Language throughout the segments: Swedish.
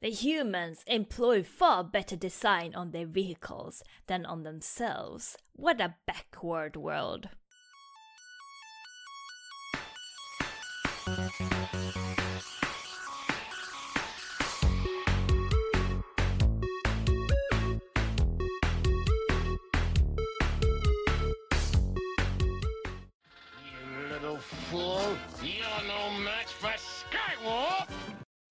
The humans employ far better design on their vehicles than on themselves. What a backward world. You little fool! You're no match for Skywalk!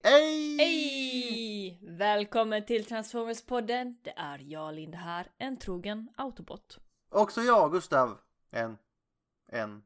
Ey! Hej! Välkommen till Transformers-podden. Det är jag, Linda här, en trogen autobot. Också jag, Gustav. En, en,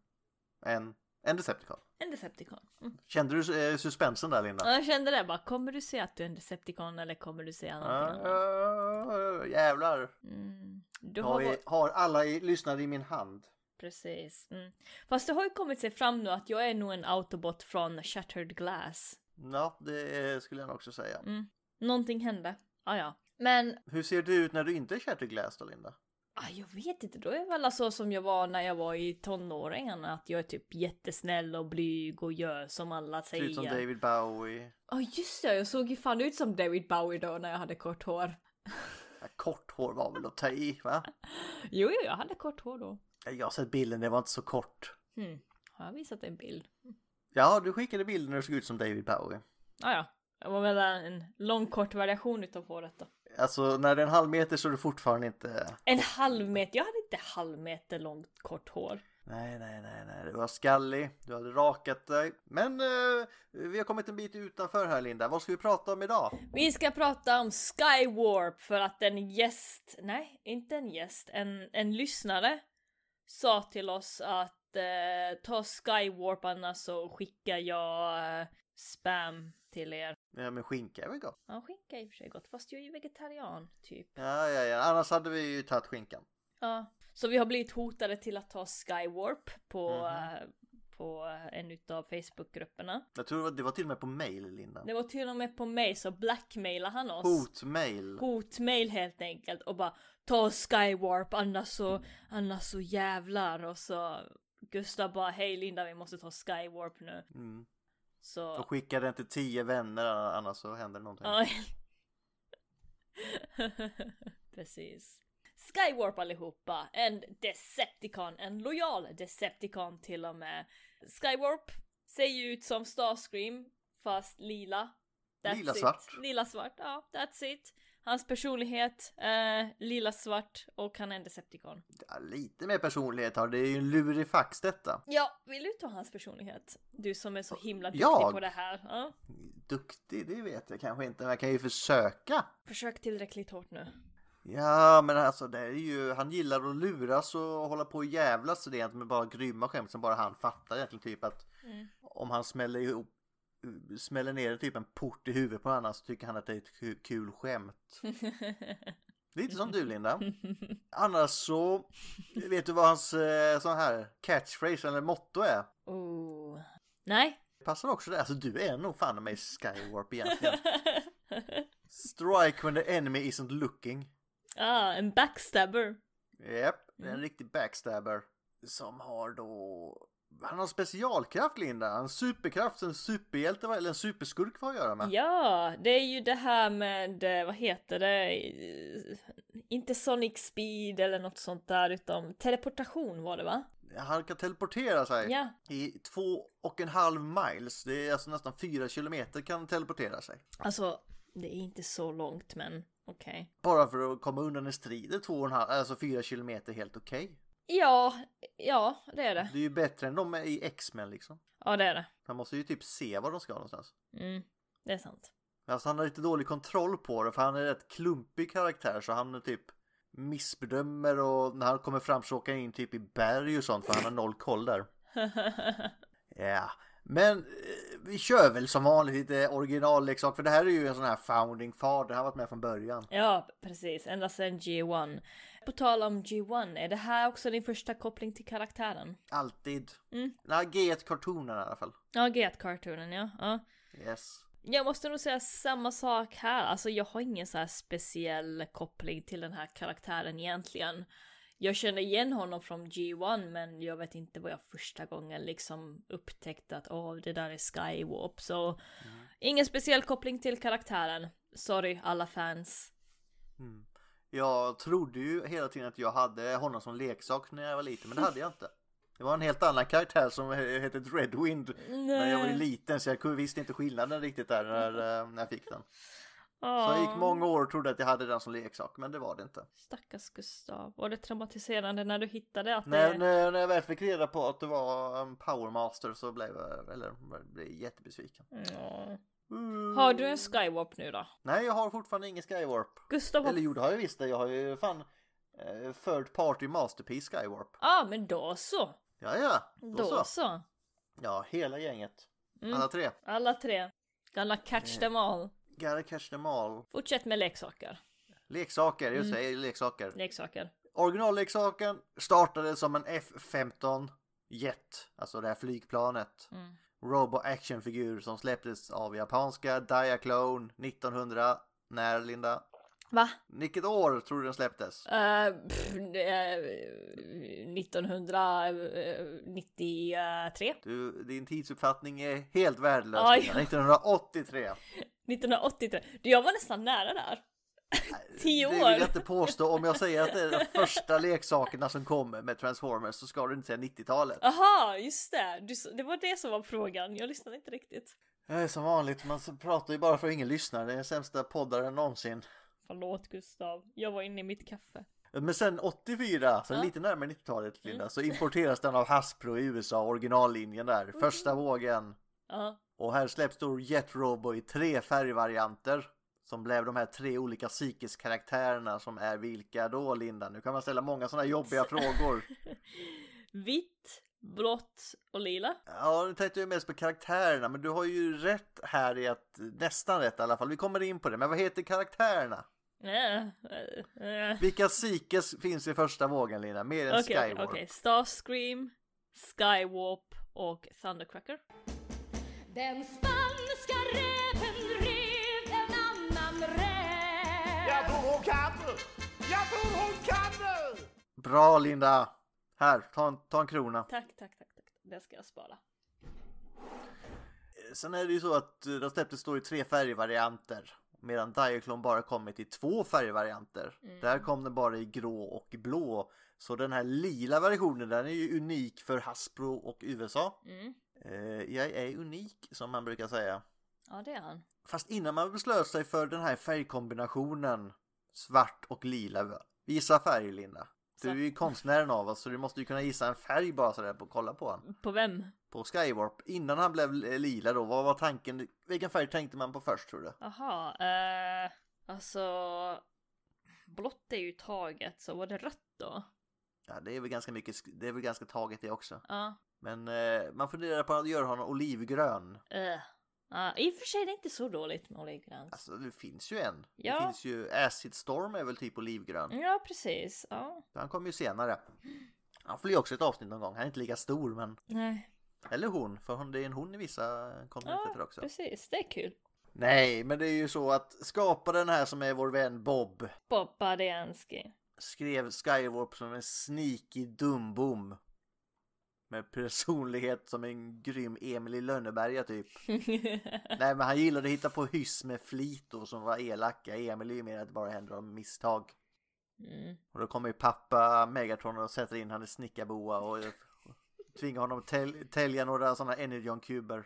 en, en Decepticon. En Decepticon. Mm. Kände du eh, suspensen där, Linda? Jag kände det bara, kommer du säga att du är en Decepticon eller kommer du säga någonting Ah, annat? ah, jävlar. Mm. Du Jag har... har, va- i, har alla i, lyssnare i min hand. Precis. Mm. Fast det har ju kommit sig fram nu att jag är nog en autobot från Shattered Glass. Ja, det eh, skulle jag nog också säga. Mm. Någonting hände. Ah, ja. Men Hur ser du ut när du inte är Shatterglass då, Linda? ah, jag vet inte, då är jag väl så som jag var när jag var i tonåren. Att jag är typ jättesnäll och blyg och gör som alla Ser ut som säger. David Bowie. Ja just det, jag såg ju fan ut som David Bowie då när jag hade kort hår. Ja, kort hår var väl att ta i, va? Jo, jo, jag hade kort hår då. Jag har sett bilden, det var inte så kort. Hmm. Har jag visat en bild? Ja, du skickade bilden när du såg ut som David Bowie. Ah, ja, det var väl en lång kort variation utav håret då. Alltså, när det är en halv meter så är du fortfarande inte... En halv meter, jag hade inte halv meter långt kort hår. Nej, nej, nej, nej. Du var skallig, du hade rakat dig. Men eh, vi har kommit en bit utanför här Linda. Vad ska vi prata om idag? Vi ska prata om Skywarp för att en gäst, nej inte en gäst, en, en lyssnare sa till oss att eh, ta Skywarp annars så skickar jag eh, spam till er. Ja, men skinka är väl gott? Ja, skinka är i och för sig gott, fast jag är ju vegetarian, typ. Ja, ja, ja. Annars hade vi ju tagit skinkan. Ja. Så vi har blivit hotade till att ta Skywarp på, eh, på en utav Facebookgrupperna. Jag tror det var, det var till och med på mail Linda. Det var till och med på mig så blackmailade han oss. Hotmail. Hotmail helt enkelt och bara ta Skywarp annars så, annars så jävlar och så Gustav bara hej Linda vi måste ta Skywarp nu. Mm. Så... Och skicka den till tio vänner annars så händer det någonting. Ja. Precis. Skywarp allihopa! En Decepticon, en lojal Decepticon till och med. Skywarp ser ju ut som Starscream fast lila. Lila it. svart. Lila svart, ja. That's it. Hans personlighet, eh, lila svart och han är en Decepticon. Ja, lite mer personlighet har det. Det är ju en lurifax detta. Ja, vill du ta hans personlighet? Du som är så himla duktig Jag? på det här. Ja. Duktig, det vet jag kanske inte. Men jag kan ju försöka. Försök tillräckligt hårt nu. Ja, men alltså det är ju, han gillar att luras och hålla på och jävlas och det är egentligen bara grymma skämt som bara han fattar egentligen typ att om han smäller ihop smäller ner typ en port i huvudet på någon annan så tycker han att det är ett ku- kul skämt. Lite som du Linda. Annars så vet du vad hans eh, sån här catchphrase eller motto är? Oh. Nej, Passar också det. Alltså du är nog fan med Skywarp egentligen. Strike when the enemy isn't looking. Ah, en backstabber. Japp, det Mm. är en riktig backstabber. Som har då... Han har specialkraft Linda, en superkraft som en superhjälte eller en superskurk får att göra med. Ja, det är ju det här med, eh, vad heter det, Eh, inte sonic speed eller något sånt där utan teleportation var det va? Han kan teleportera sig Ja. i två och en halv miles. Det är alltså nästan fyra kilometer kan han teleportera sig. Alltså, det är inte så långt men okej. Bara för att komma undan en strid är två och en halv, alltså fyra kilometer helt okej. Ja, ja det är det. Det är ju bättre än de är i X-Men liksom. Ja det är det. Han måste ju typ se var de ska någonstans. Mm, det är sant. Alltså han har lite dålig kontroll på det för han är en rätt klumpig karaktär så han är typ missbedömer och när han kommer fram så åker han in typ i berg och sånt för han har noll koll där. Ja, men eh, vi kör väl som vanligt lite originalleksak för det här är ju en sån här founding fader, han har varit med från början. Ja, precis. Ända sedan G1. På tal om G1, är det här också din första koppling till karaktären? Alltid. Mm. Nej, G1-kartonen i alla fall. Ja, G1-cartoonen ja. ja. Yes. Jag måste nog säga samma sak här. Alltså jag har ingen så här speciell koppling till den här karaktären egentligen. Jag känner igen honom från G1 men jag vet inte vad jag första gången liksom Mm. upptäckte att åh det där är Skywarp. Så ingen speciell koppling till karaktären. Sorry alla fans. Mm. Jag trodde ju hela tiden att jag hade honom som leksak när jag var liten, men det hade jag inte. Det var en helt annan karaktär som he- hette Dreadwind när jag var Nej. Mm. liten så jag kunde- visste inte skillnaden riktigt där när, eh, när jag fick den. Så Åh, jag gick många år och trodde att jag hade den som leksak, men det var det inte. Stackars Gustav. Var det traumatiserande när du hittade att När, det... när, när jag väl fick reda på att det var en powermaster så blev jag, eller, blev jag jättebesviken. Åh. Mm. Har du en skywarp nu då? Nej, jag har fortfarande ingen Skywarp. Gustav har... Eller jo, det har jag visst det. Jag har ju fan eh, third party masterpiece Skywarp. Ja ah, men då så. Ja, ja. Då, Då, så. så. Ja, hela gänget. Mm. Alla tre. Alla tre. Alla catch them all. Gotta catch them all. Fortsätt med leksaker. Leksaker, Mm. just det, leksaker. Leksaker. Originalleksaken startade som en F-15 Jet, alltså det här flygplanet. Mm. Robo actionfigur som släpptes av japanska Diaclone 1900. När Linda? Va? Vilket år tror du den släpptes? Eh, pff, eh, 1993? Du, din tidsuppfattning är helt värdelös. Aj. Linda. 1983. 1983? Du, jag var nästan nära där. Tio Det vill jag år. inte påstå. Om jag säger att det är de första leksakerna som kommer med Transformers så ska du inte säga 90-talet. Aha, just det. Du, s- det var det som var frågan. Jag lyssnade inte riktigt. Det är som vanligt, man pratar ju bara för att ingen lyssnar. Det är den sämsta poddaren någonsin. Förlåt Gustav, jag var inne i mitt kaffe. Men sen 84, Ja. sen Mm. lite närmare 90-talet Linda, så importeras den av Hasbro i USA, originallinjen Mm. där, första vågen. Ja, Och här släpps då Jet Robo i tre färgvarianter. Som blev de här tre olika psykisk-karaktärerna som är vilka då Linda? Nu kan man ställa många sådana jobbiga frågor. Vitt, blått och lila. Ja, nu tänkte jag mest på karaktärerna, men du har ju rätt här i att, nästan rätt i alla fall, vi kommer in på det. Men vad heter karaktärerna? Äh, äh, äh. Vilka psykes finns i första vågen Linda? Mer än Okej, okej, Skyward. okej. Starscream, Skywarp och Thundercracker. Den spanska räven rev en annan räv. Jag tror hon kan det! Jag tror hon kan det! Bra Linda! Här, ta en, ta en krona. Tack, tack, tack, tack. Det ska jag spara. Sen är det ju så att eh, de släpptes då i tre färgvarianter. Medan Diaclone bara kommit i två färgvarianter. Där kom den bara i grå och blå. Så den här lila versionen den är ju unik för Hasbro och USA. Mm. Eh, jag är unik som man brukar säga. Ja, det är han. Fast innan man beslöt sig för den här färgkombinationen svart och lila. Gissa färg Linda. Du är ju konstnären av oss så du måste ju kunna gissa en färg bara sådär på kolla på den. På vem? på Skywarp innan han blev eh, lila då, vad var tanken? Vilken färg tänkte man på först tror du? Aha, eh, alltså... Blått är ju taget, så var det rött då? Ja, det är väl ganska mycket, sk- det är väl ganska taget det också. Ja. Men eh, man funderar på att göra honom olivgrön. eh. Ja, I och för sig, det är inte så dåligt med olivgrönt. Alltså det finns ju en. Ja. Mm. Det finns ju Acid Storm är väl typ olivgrön. Ja, precis. Ja. Han kommer ju senare. Han får ju också ett avsnitt någon gång. Han är inte lika stor men, Nej. eller hon, för hon, det är en hon i vissa kontinenter Ja, också. precis. Det är kul. Nej, men det är ju så att skaparen här som är vår vän Bob Bob Badianski. skrev Skywarp som en sneaky dumbom. Med personlighet som en grym Emil i Lönneberga typ. Nej men han gillade att hitta på hyss med flit då som var elaka. Emil är ju mer att det bara händer av misstag. mm. Och då kommer ju pappa Megatron och sätter in han i snickarboa och och tvingar honom att täl- tälja några sådana Energon-kuber.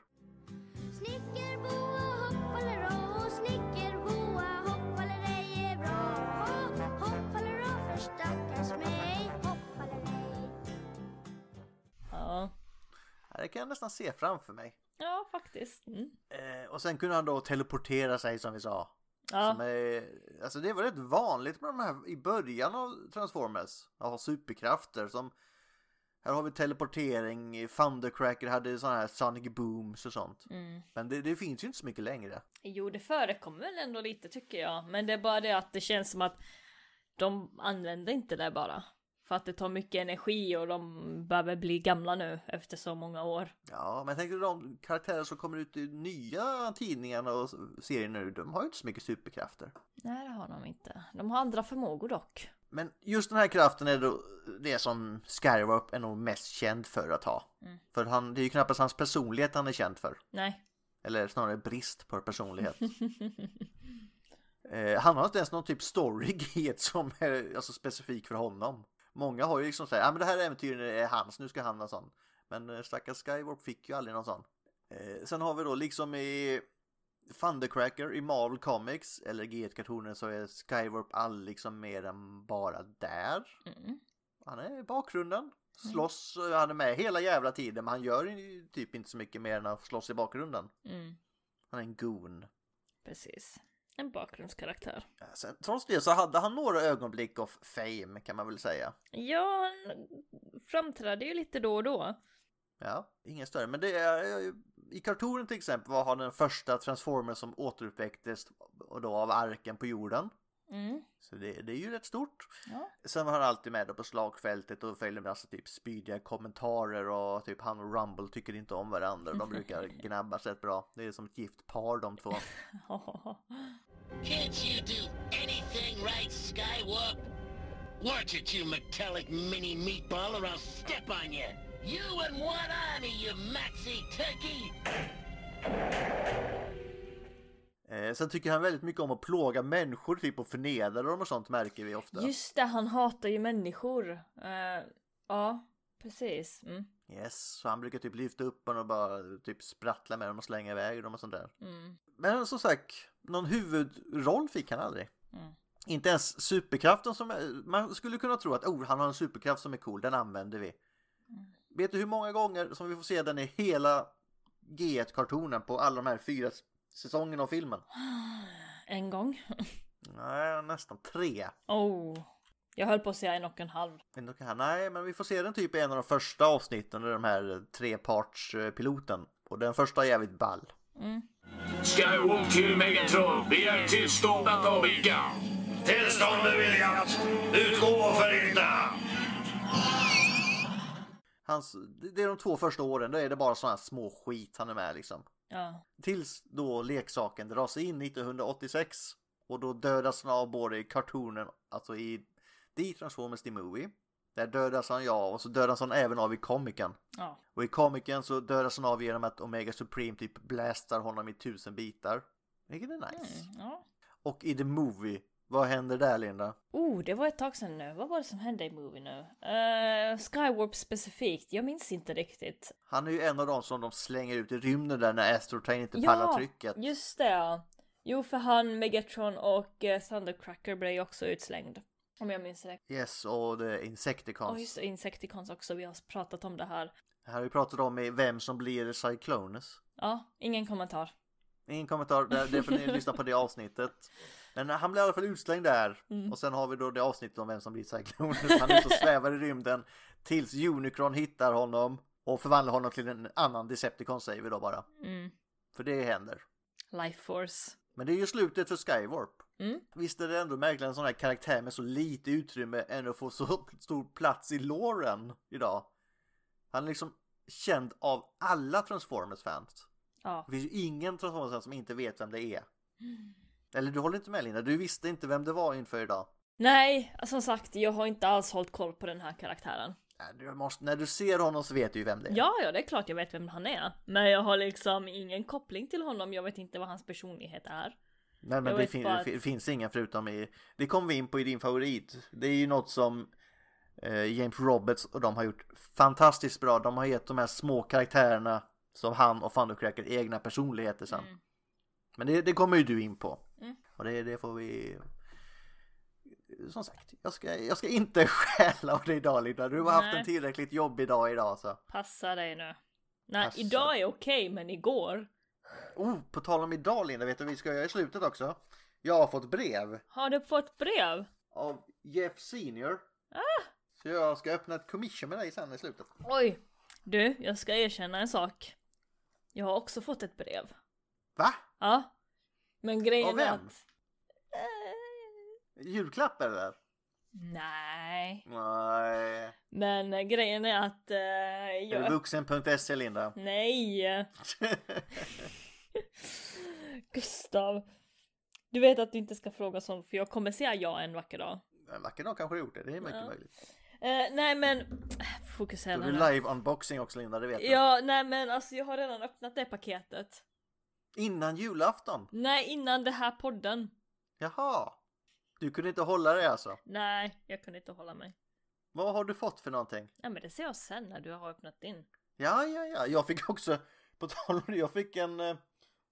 Snickerboa hoppfaller å, snickerboa hoppfaller ej är bra. Hopp, hoppfaller å för stackars mig, hoppfaller ej. Ja. Ja, Det kan jag nästan se framför mig. Ja, faktiskt. Mm. Eh, och sen kunde han då teleportera sig som vi sa. Som Ja. är, alltså det var rätt vanligt med de här i början av Transformers. Att ha superkrafter som... Här har vi teleportering, Thundercracker hade sådana här Sonic Booms och sånt. Mm. Men det, det finns ju inte så mycket längre. Jo, det förekommer väl ändå lite tycker jag. Men det är bara det att det känns som att de använder inte det bara. För att det tar mycket energi och de börjar väl bli gamla nu efter så många år. Ja, men jag tänkte de karaktärer som kommer ut i nya tidningarna och serier nu, de har ju inte så mycket superkrafter. Nej, det har de inte. De har andra förmågor dock. Men just den här kraften är då det som Skywarp är nog mest känd för att ha. Mm. För han, det är ju knappast hans personlighet han är känd för. Nej. Eller snarare brist på personlighet. Eh, han har inte ens någon typ storyghet som är alltså, specifik för honom. Många har ju liksom såhär, ja ah, men det här äventyret är hans, nu ska han ha en sån. Men eh, stackars Skywarp fick ju aldrig någon sån. Eh, sen har vi då liksom i Thundercracker i Marvel Comics eller G1-kartonen så är Skywarp all liksom mer än bara där. Mm. Han är i bakgrunden. Slåss, eh, han är med hela jävla tiden men han gör ju typ inte så mycket mer än att slåss i bakgrunden. Mm. Han är en goon. Precis. En bakgrundskaraktär. Eh, Sen, trots det så hade han några ögonblick av fame kan man väl säga. Ja, han framträdde ju lite då och då. Ja, ingen större. Men det är eh, i kartonen till exempel var han den första transformern som återuppväcktes och då av arken på jorden. Mm. Så det, det är ju rätt stort. Ja. Sen var han alltid med då på slagfältet och följde med alltså typ spydiga kommentarer och typ han och Rumble tycker inte om varandra. De brukar gnabbas rätt bra. Det är som ett gift par de två. Can't you do anything right, Skywarp? Watch it, you metallic mini meatball, or I'll step on you. You and one army, you maxi turkey. Eh, sen tycker han väldigt mycket om att plåga människor typ och förnedra dem och sånt märker vi ofta. Just det, han hatar ju människor. Eh, ja, precis. Mm. Yes, så han brukar typ lyfta upp honom och bara typ sprattla med dem och slänga iväg dem och sånt där. Mm. Men som sagt, någon huvudroll fick han aldrig. Mm. Inte ens superkraften som man skulle kunna tro att oh, han har en superkraft som är cool, den använder vi. Vet du hur många gånger som vi får se den i hela G1-kartonen på alla de här fyra s- säsongerna av filmen? En gång. Nej, nästan tre. Oh. Jag höll på att säga en och en halv. Men då kan han- Nej, men vi får se den typ i en av de första avsnitten i de här trepartspiloten. Och den första är jävligt ball. Skywalk till Megatron begär tillstånd att avvika. Tillstånd beviljat. Utgå för inte. Hans, det är de två första åren, då är det bara sådana här små skit han är med liksom. Ja. Tills då leksaken dras in 1986 och då dödas han av både i kartonen, alltså i The Transformers The Movie. Där dödas han ju av och så dödas han även av i komiken. Ja. Och i komiken så dödas han av genom att Omega Supreme typ blästar honom i tusen bitar. Vilket är nice. Mm, ja. Och i The Movie, vad händer där Linda? Oh, det var ett tag sedan nu. Vad var det som hände i Movie nu? Eh, Skywarp specifikt. Jag minns inte riktigt. Han är ju en av dem som de slänger ut i rymden där när Astrotrain inte pallar Ja, trycket. just det. ja. Jo, för han, Megatron och eh, Thundercracker blev ju också utslängd. Om jag minns rätt. Yes, och The Ja, Insecticons. just det, Insecticons också. Vi har pratat om det här. Här har vi pratat om är vem som blir Cyclones. Ja, ingen kommentar. Ingen kommentar, där, det får ni lyssna på det avsnittet. Men han blir i alla fall utslängd där. Och sen har vi då det avsnittet om vem som blir Cyclones. Han är ute och svävar i rymden tills Unicron hittar honom och förvandlar honom till en annan Decepticon säger vi då bara. Mm. För det händer. Life Force. Men det är ju slutet för Skywarp. Mm. Visst är det ändå märkligt att en sån här karaktär med så lite utrymme ändå får så stor plats i låren idag. Han är liksom känd av alla Transformers-fans. Ja. Det finns ju ingen transformers som inte vet vem det är. Eller du håller inte med Linda, du visste inte vem det var inför idag. Nej, som sagt, jag har inte alls hållit koll på den här karaktären. Nej, Äh, Du måste, när du ser honom så vet du ju vem det är. Ja, ja, det är klart jag vet vem han är. Men jag har liksom ingen koppling till honom. Jag vet inte vad hans personlighet är. Nej, men jag det, vet fin- bara det att- finns ingen förutom i... Det kom vi in på i din favorit. Det är ju något som eh, James Roberts och de har gjort fantastiskt bra. De har gett de här små karaktärerna som han och Thundercracker egna personligheter sen. Men det, det kommer ju du in på. Och det, det får vi... Som sagt, jag ska, jag ska inte stjäla av dig idag Linda. Du har haft Nej. en tillräckligt jobbig dag idag så. Passa dig nu. Nej, Passa. idag är okej, men igår. Oh, på tal om idag Linda, vet du vad vi ska göra i slutet också? Jag har fått brev. Har du fått brev? av Jeff Senior. Ah! Så jag ska öppna ett commission med dig sen i slutet. Oj! Du, jag ska erkänna en sak. Jag har också fått ett brev. Va? Ja. Men grejen Av är vem? att... Eh, Julklapp eller? Nej. Nej. Men eh, grejen är att... Eh, Är det jag... vuxen.se E, Linda? Nej! Gustav. Du vet att du inte ska fråga sånt för jag kommer säga ja en vacker dag. en vacker dag kanske du gjort det, det är mycket Ja. möjligt. Eh, nej men... Du Fokusera är nu. live unboxing också Linda, det vet jag. Ja, nej men alltså jag har redan öppnat det paketet. Innan julafton? Nej, innan det här podden. Jaha. Du kunde inte hålla dig alltså? Nej, jag kunde inte hålla mig. Vad har du fått för någonting? Nej men det ser jag sen när du har öppnat din. Ja, ja, ja. Jag fick också, på tal om det, jag fick en, eh,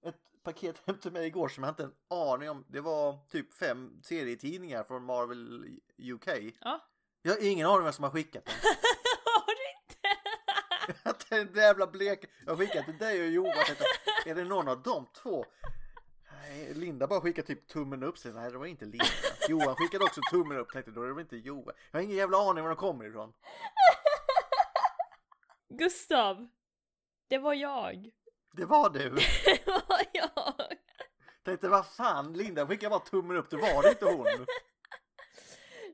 ett paket hem till mig igår som jag inte en aning om. Det var typ fem serietidningar från Marvel UK. Ja. Jag har ingen aning om vem som har skickat dem. har du inte? Att det är en jävla blek. Jag skickar till dig och Johan. Jag tänkte, Är det någon av de två? Nej, Linda bara skickade typ tummen upp. Sen, nej, det var inte Linda. Johan skickade också tummen upp. Tänkte, då är det väl inte Johan. Jag har ingen jävla aning var de kommer ifrån. Gustav! Det var jag. Det var du. Det var jag. Tänkte, vad fan, Linda skickade bara tummen upp. Det var det inte hon.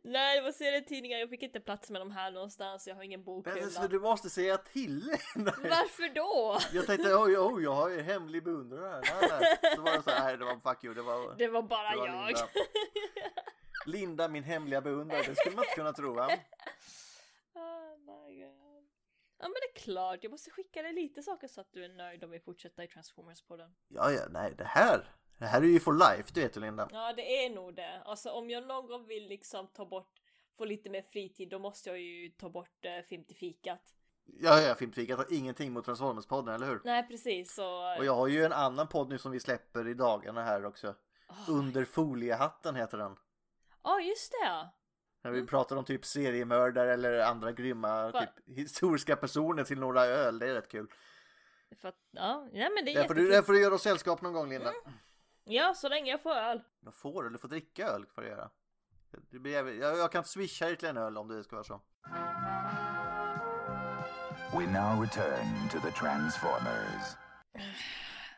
Nej, det var serietidningar. Jag fick inte plats med de här någonstans. Jag har ingen Men, så bokhylla. du måste säga till. Nej. Varför då? Jag tänkte, oj, oj, jag har ju hemlig beundrare här. Nej, nej. Så var det så här, nej, det var fuck you, det var... Det var bara det var jag. Linda. Linda, min hemliga beundrare, det skulle man inte kunna tro va? Oh my god. Ja men det är klart, jag måste skicka dig lite saker så att du är nöjd om vi fortsätter i Transformers-podden. Ja, ja, nej, det här. Det här är ju for life, du vet ju Linda. Ja det är nog det. Alltså om jag någon gång vill liksom ta bort, få lite mer fritid då måste jag ju ta bort eh, film till fikat. Ja, ja, filmfikat har ingenting mot Transformers-podden, eller hur? Nej precis så... Och jag har ju en annan podd nu som vi släpper i dagarna här också. Under foliehatten heter den. ah. Ja just det ja. När Mm. vi pratar om typ seriemördare eller andra grymma Va? typ, historiska personer till några öl, det är rätt kul. För att, ja, nej men det är Mm. Där får, du, jättekul. där får du göra oss sällskap någon gång Linda. Ja, så länge jag får öl. Jag får, eller får dricka öl för att göra. Det blir jävligt... jag, jag kan swisha dig till en öl om det ska vara så. We now return to the Transformers.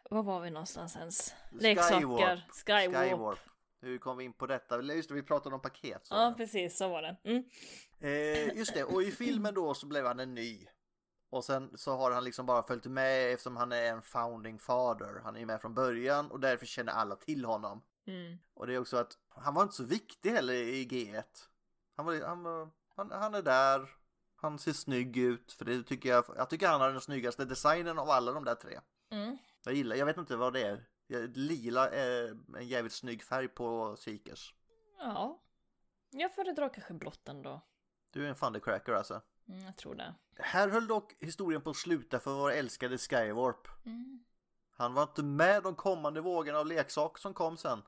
Var var vi någonstans ens? Leksaker. Skywarp. Skywarp. Skywarp. Hur kom vi in på detta? Just det, vi pratade om paket. sa Ja jag. precis, så var det. Mm. Eh, just det, och i filmen då så blev han en ny. Och sen så har han liksom bara följt med eftersom han är en founding father. Han är ju med från början och därför känner alla till honom. Mm. Och det är också att han var inte så viktig heller i G1. Han, var, han, var- han, han är där, han ser snygg ut. För det tycker jag, jag tycker han har den snyggaste designen av alla de där tre. Mm. Jag gillar, jag vet inte vad det är. Jag- Lila är en jävligt snygg färg på Seekers. Ja. Jag föredrar kanske blått ändå. Du är en thundercracker alltså. Mm, jag tror det. Här höll dock historien på att sluta för vår älskade Skywarp. Mm. Han var inte med de kommande vågorna av leksak som kom sen.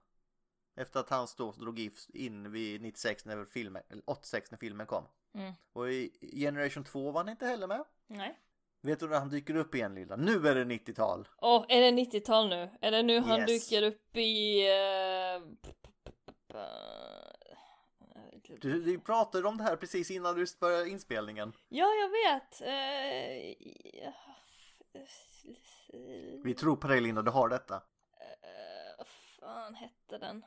Efter att han då drog if- in vid 96 när filmen, eller 86 när filmen kom. Mm. Och i Generation 2 var han inte heller med. Nej. Vet du när han dyker upp igen Lilla? Nu är det 90-tal! Åh, är det 90-tal nu? Är det nu han Yes. dyker upp i... eh, p- p- p- p- p- Du, du pratade om det här precis innan du började inspelningen. Ja, jag vet. Eh, ja. Vi tror på dig Linda, du har detta. Eh, Vad fan hette den?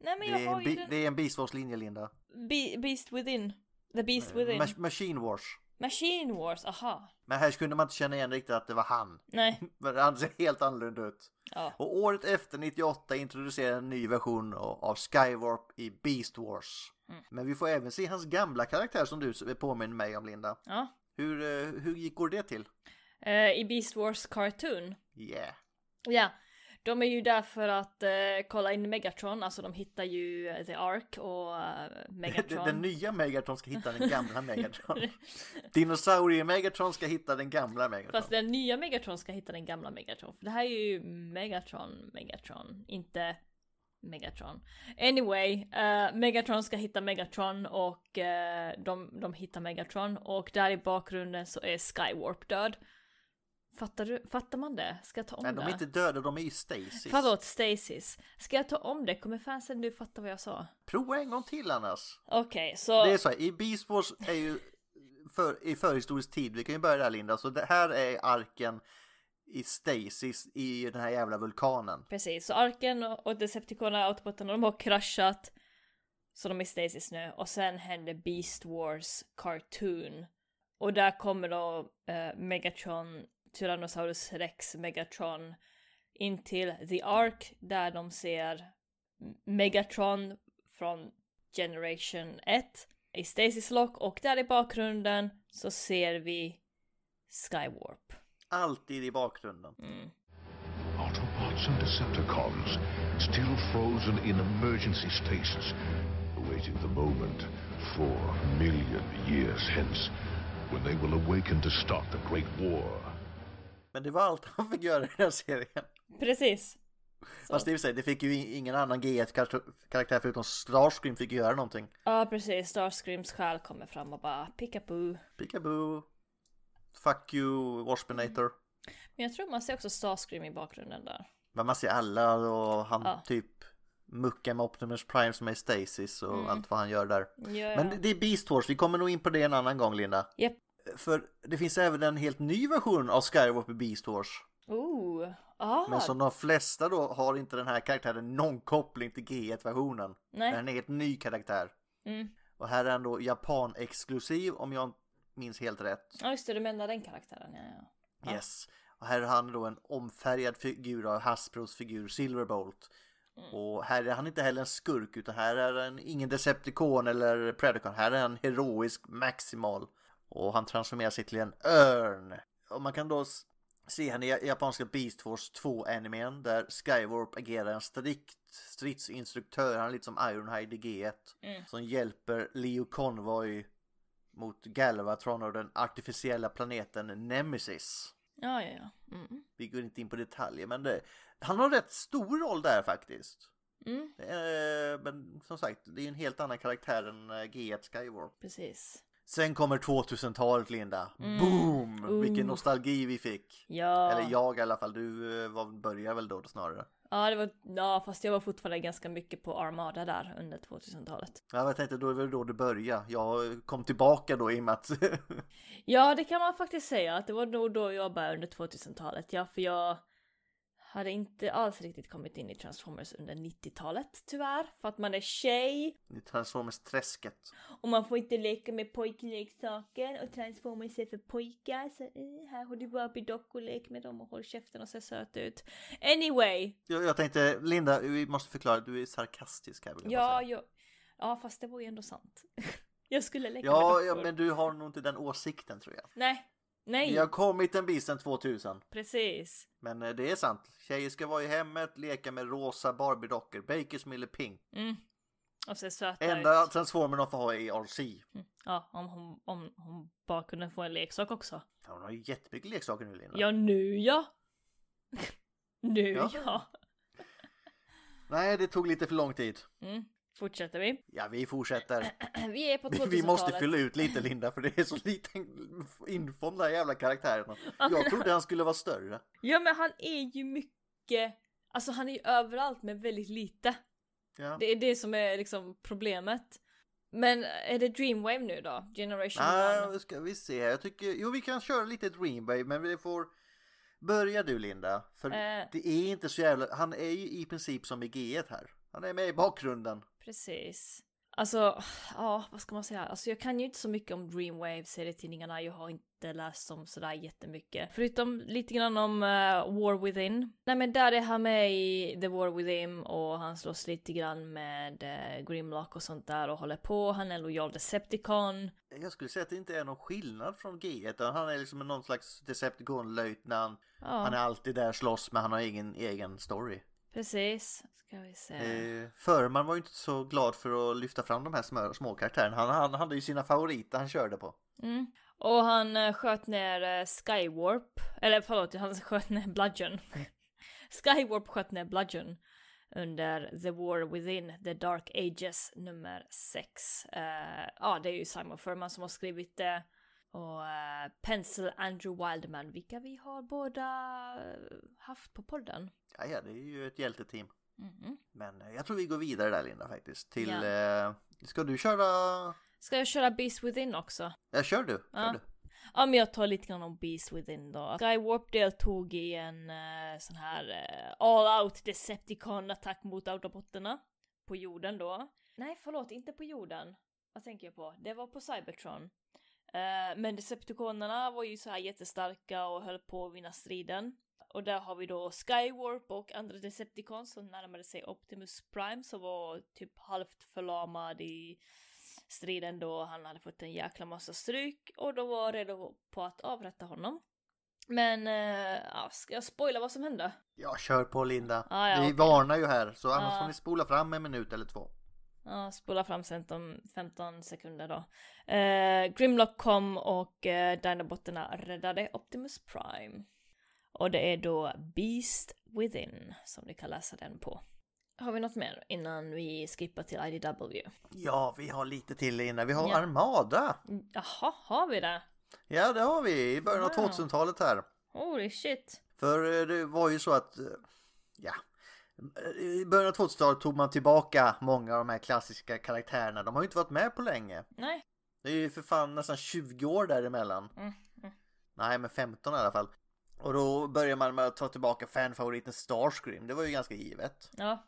Nej men Det jag är har en, ju bi- den... det är en bisvarslinje Linda. Be- Beast Within. The Beast Within. Eh, Mas- Machine Wars. Machine Wars, aha. Men här kunde man inte känna igen riktigt att det var han. Nej. Men han ser helt annorlunda ut. Ja. Och året efter, 98, introducerade en ny version av av Skywarp i Beast Wars. Mm. Men vi får även se hans gamla karaktär som du påminner mig om Linda. ja. Hur, eh, hur gick går det till? Eh, I Beast Wars Cartoon. Yeah. Ja, de är ju där för att eh, kolla in Megatron, alltså de hittar ju eh, The Ark och eh, Den, Megatron. den nya Megatron ska hitta den gamla Megatron. Dinosaurie-Megatron ska hitta den gamla Megatron. Fast den nya Megatron ska hitta den gamla Megatron. För det här är ju Megatron, Megatron, inte Megatron. Anyway, eh, Megatron ska hitta Megatron och eh, de, de hittar Megatron och där i bakgrunden så är Skywarp död. Fattar, du, fattar man det? Ska jag ta om Nej, det? de är inte döda, de är ju Stasis. Förlåt, Stasis. Ska jag ta om det? Kommer fansen nu fatta vad jag sa? Prova en gång till annars. Okej, så... Det är så här, i Beast Wars är ju för, i förhistorisk tid, vi kan ju börja där Linda, så det här är arken i Stasis i den här jävla vulkanen. Precis, så Arken och och Decepticonerna, Autobotarna, de har kraschat. Så de är i stasis nu. Och sen händer Beast Wars Cartoon. Och där kommer då eh, Megatron, Tyrannosaurus Rex, Megatron in till The Ark där de ser M- Megatron från Generation 1 i stasis lock och där i bakgrunden så ser vi Skywarp. Alltid i bakgrunden. Mm. Autobot, some Decepticons still frozen in emergency stasis, awaiting the moment four million years hence when they will awaken to start the Great War. Men det var allt han fick göra i den här serien. Precis. Fast det vill säga, det fick ju in- ingen annan G1-karaktär förutom Starscream fick göra någonting. Ja, precis. Starscreams själ kommer fram och bara pickaboo. Peekaboo. Fuck you, Mm. Waspinator. Men jag tror man ser också Starscream i bakgrunden där. Men man ser alla och han Ja. typ muckar med Optimus Prime som är i stasis Mm. och allt vad han gör där. Ja, Men ja. det- det är Beast Wars, vi kommer nog in på det en annan gång Linda. Japp. För det finns även en helt ny version av Skywalker Beast Wars. Ooh. Ah, Men som de flesta då har inte den här karaktären någon koppling till G1-versionen. Nej. Det är en helt ny karaktär. Mm. Och här är han då Japan-exklusiv om jag minns helt rätt. Ja just det, du menar den karaktären ja. ja. Yes. Och här är han då en omfärgad figur av Hasbros figur Silverbolt. Och här är han inte heller en skurk utan här är han ingen Decepticon eller Predacon. Här är han heroisk maximal. Och han transformerar sig till en örn. Och man kan då s- se han i japanska Beast Wars 2-animen där Skywarp agerar en strikt stridsinstruktör. Han är lite som Ironhide i G1. Som hjälper Leo Convoy mot Galvatron och den artificiella planeten Nemesis. Ja, ja, ja. Mm. Vi går inte in på detaljer men det, han har rätt stor roll där faktiskt. Mm. Eh, men som sagt, det är ju en helt annan karaktär än eh, G1 Skywarp. Precis. Sen kommer 2000-talet Linda. Boom! Vilken nostalgi vi fick. Mm. Uh. Ja. Eller jag i alla fall, du eh, var, började väl då snarare. Ja, det var, ja, fast jag var fortfarande ganska mycket på Armada där under 2000-talet. Ja, men Jag tänkte då är det då du började. Jag kom tillbaka då i och med att Ja, det kan man faktiskt säga att det var nog då jag började under 2000-talet. Ja, för jag hade inte alls riktigt kommit in i Transformers under 90-talet tyvärr. För att man är tjej i Transformers-träsket. och man får inte leka med pojkleksaker och Transformers är för pojkar. Så eh, här har du Barbie-dockor, lek med dem och håll käften och se söt ut. Anyway, Jag, jag tänkte, Linda, vi måste förklara, du är sarkastisk här. vill jag bara Ja, säga. jag... ja, fast det var ju ändå sant. jag skulle leka Ja, med ja, dockor. men du har nog inte den åsikten tror jag. Nej, nej, Vi har kommit en bit sen 2000. precis. Men eh, det är sant. Tjejer ska vara i hemmet, leka med rosa Barbie-dockor, Bakers Mille Pink. Och se söta Enda ut. transformern de får ha är RC. Ja, om hon, om hon bara kunde få en leksak också. Ja, Hon har ju jättemycket leksaker nu Linda. Ja, nu ja! nu ja. Ja. Nej, det tog lite för lång tid. Fortsätter vi. Ja, vi fortsätter. Vi är på Vi, 2000-talet. vi måste fylla ut lite Linda, för det är så liten info om den här jävla karaktären. Jag trodde han skulle vara större. Ja, men han är ju mycket... Alltså han är ju överallt men väldigt lite. Ja. Det är det som är liksom problemet. Men är det Dreamwave nu då? Generation 1? Nej, ska vi se. Ah, Jag tycker, jo, vi kan köra lite Dreamwave, men vi får börja du Linda. För Eh. det är inte så jävla, han är ju i princip som i G1 här. Han är med i bakgrunden. Precis. Alltså, ja, vad ska man säga? Alltså jag kan ju inte så mycket om Dreamwave, serietidningarna. Jag har inte läst om sådär jättemycket. Förutom lite grann om eh, War Within. Nej men där är han med i The War Within och han slåss lite grann med eh, Grimlock och sånt där och håller på. Han är lojal Decepticon. Jag skulle säga att det inte är någon skillnad från G1. utan Han är liksom någon slags Decepticon-löjtnant. Han är alltid där och slåss, men han har ingen egen story. Precis. Ska vi se. Eh, Förman var ju inte så glad för att lyfta fram de här små, små karaktärerna. Han, han hade ju sina favoriter han körde på. Och han eh, sköt ner eh, Skywarp. Eller förlåt, han sköt ner Bludgeon. Skywarp sköt ner Bludgeon. Under The War Within, The Dark Ages nummer 6. Ja, det är ju Simon Furman som har skrivit det. Och eh, Pencil Andrew Wildman, vilka vi har båda eh, haft på podden. Mhm. Ja, ja, det är ju ett hjälteteam. Men eh, jag tror vi går vidare där Linda faktiskt. Till, Ja. eh, ska du köra? Ska jag köra Beast Within också? Ja, kör du. Kör Ja. du. Ja men jag tar lite grann om Beast Within då. Skywarp deltog i en eh, sån här eh, all out Decepticon attack mot Autobotterna. På jorden då. Nej förlåt, inte på jorden. Vad tänker jag på? Det var på Cybertron. Eh, men Decepticonerna var ju så här jättestarka och höll på att vinna striden. Och där har vi då Skywarp och andra Decepticons som närmade sig Optimus Prime som var typ halvt förlamad i striden då han hade fått en jäkla massa stryk och då var redo på att avrätta honom. Men, eh, ja, ska jag spoila vad som hände? Jag kör på Linda. Ah, ja, Vi okej. varnar ju här, så annars Ah. får ni spola fram en minut eller två. Ja, spola fram sen om 15 sekunder då. Eh, Grimlock kom och eh, Dinobotterna räddade Optimus Prime. Och det är då Beast Within som ni kan läsa den på. Har vi något mer innan vi skippar till IDW? Ja, vi har lite till Linda. Vi har Ja. Armada. Jaha, har vi det? Ja, det har vi i början av Wow. 2000-talet här. Holy shit. För eh, det var ju så att, eh, ja, i början av 2000-talet tog man tillbaka många av de här klassiska karaktärerna. De har ju inte varit med på länge. Nej. Det är ju för fan nästan 20 år däremellan. Mm, Nej, men 15 i alla fall. Och då börjar man med att ta tillbaka fanfavoriten Starscream. Det var ju ganska givet. Ja.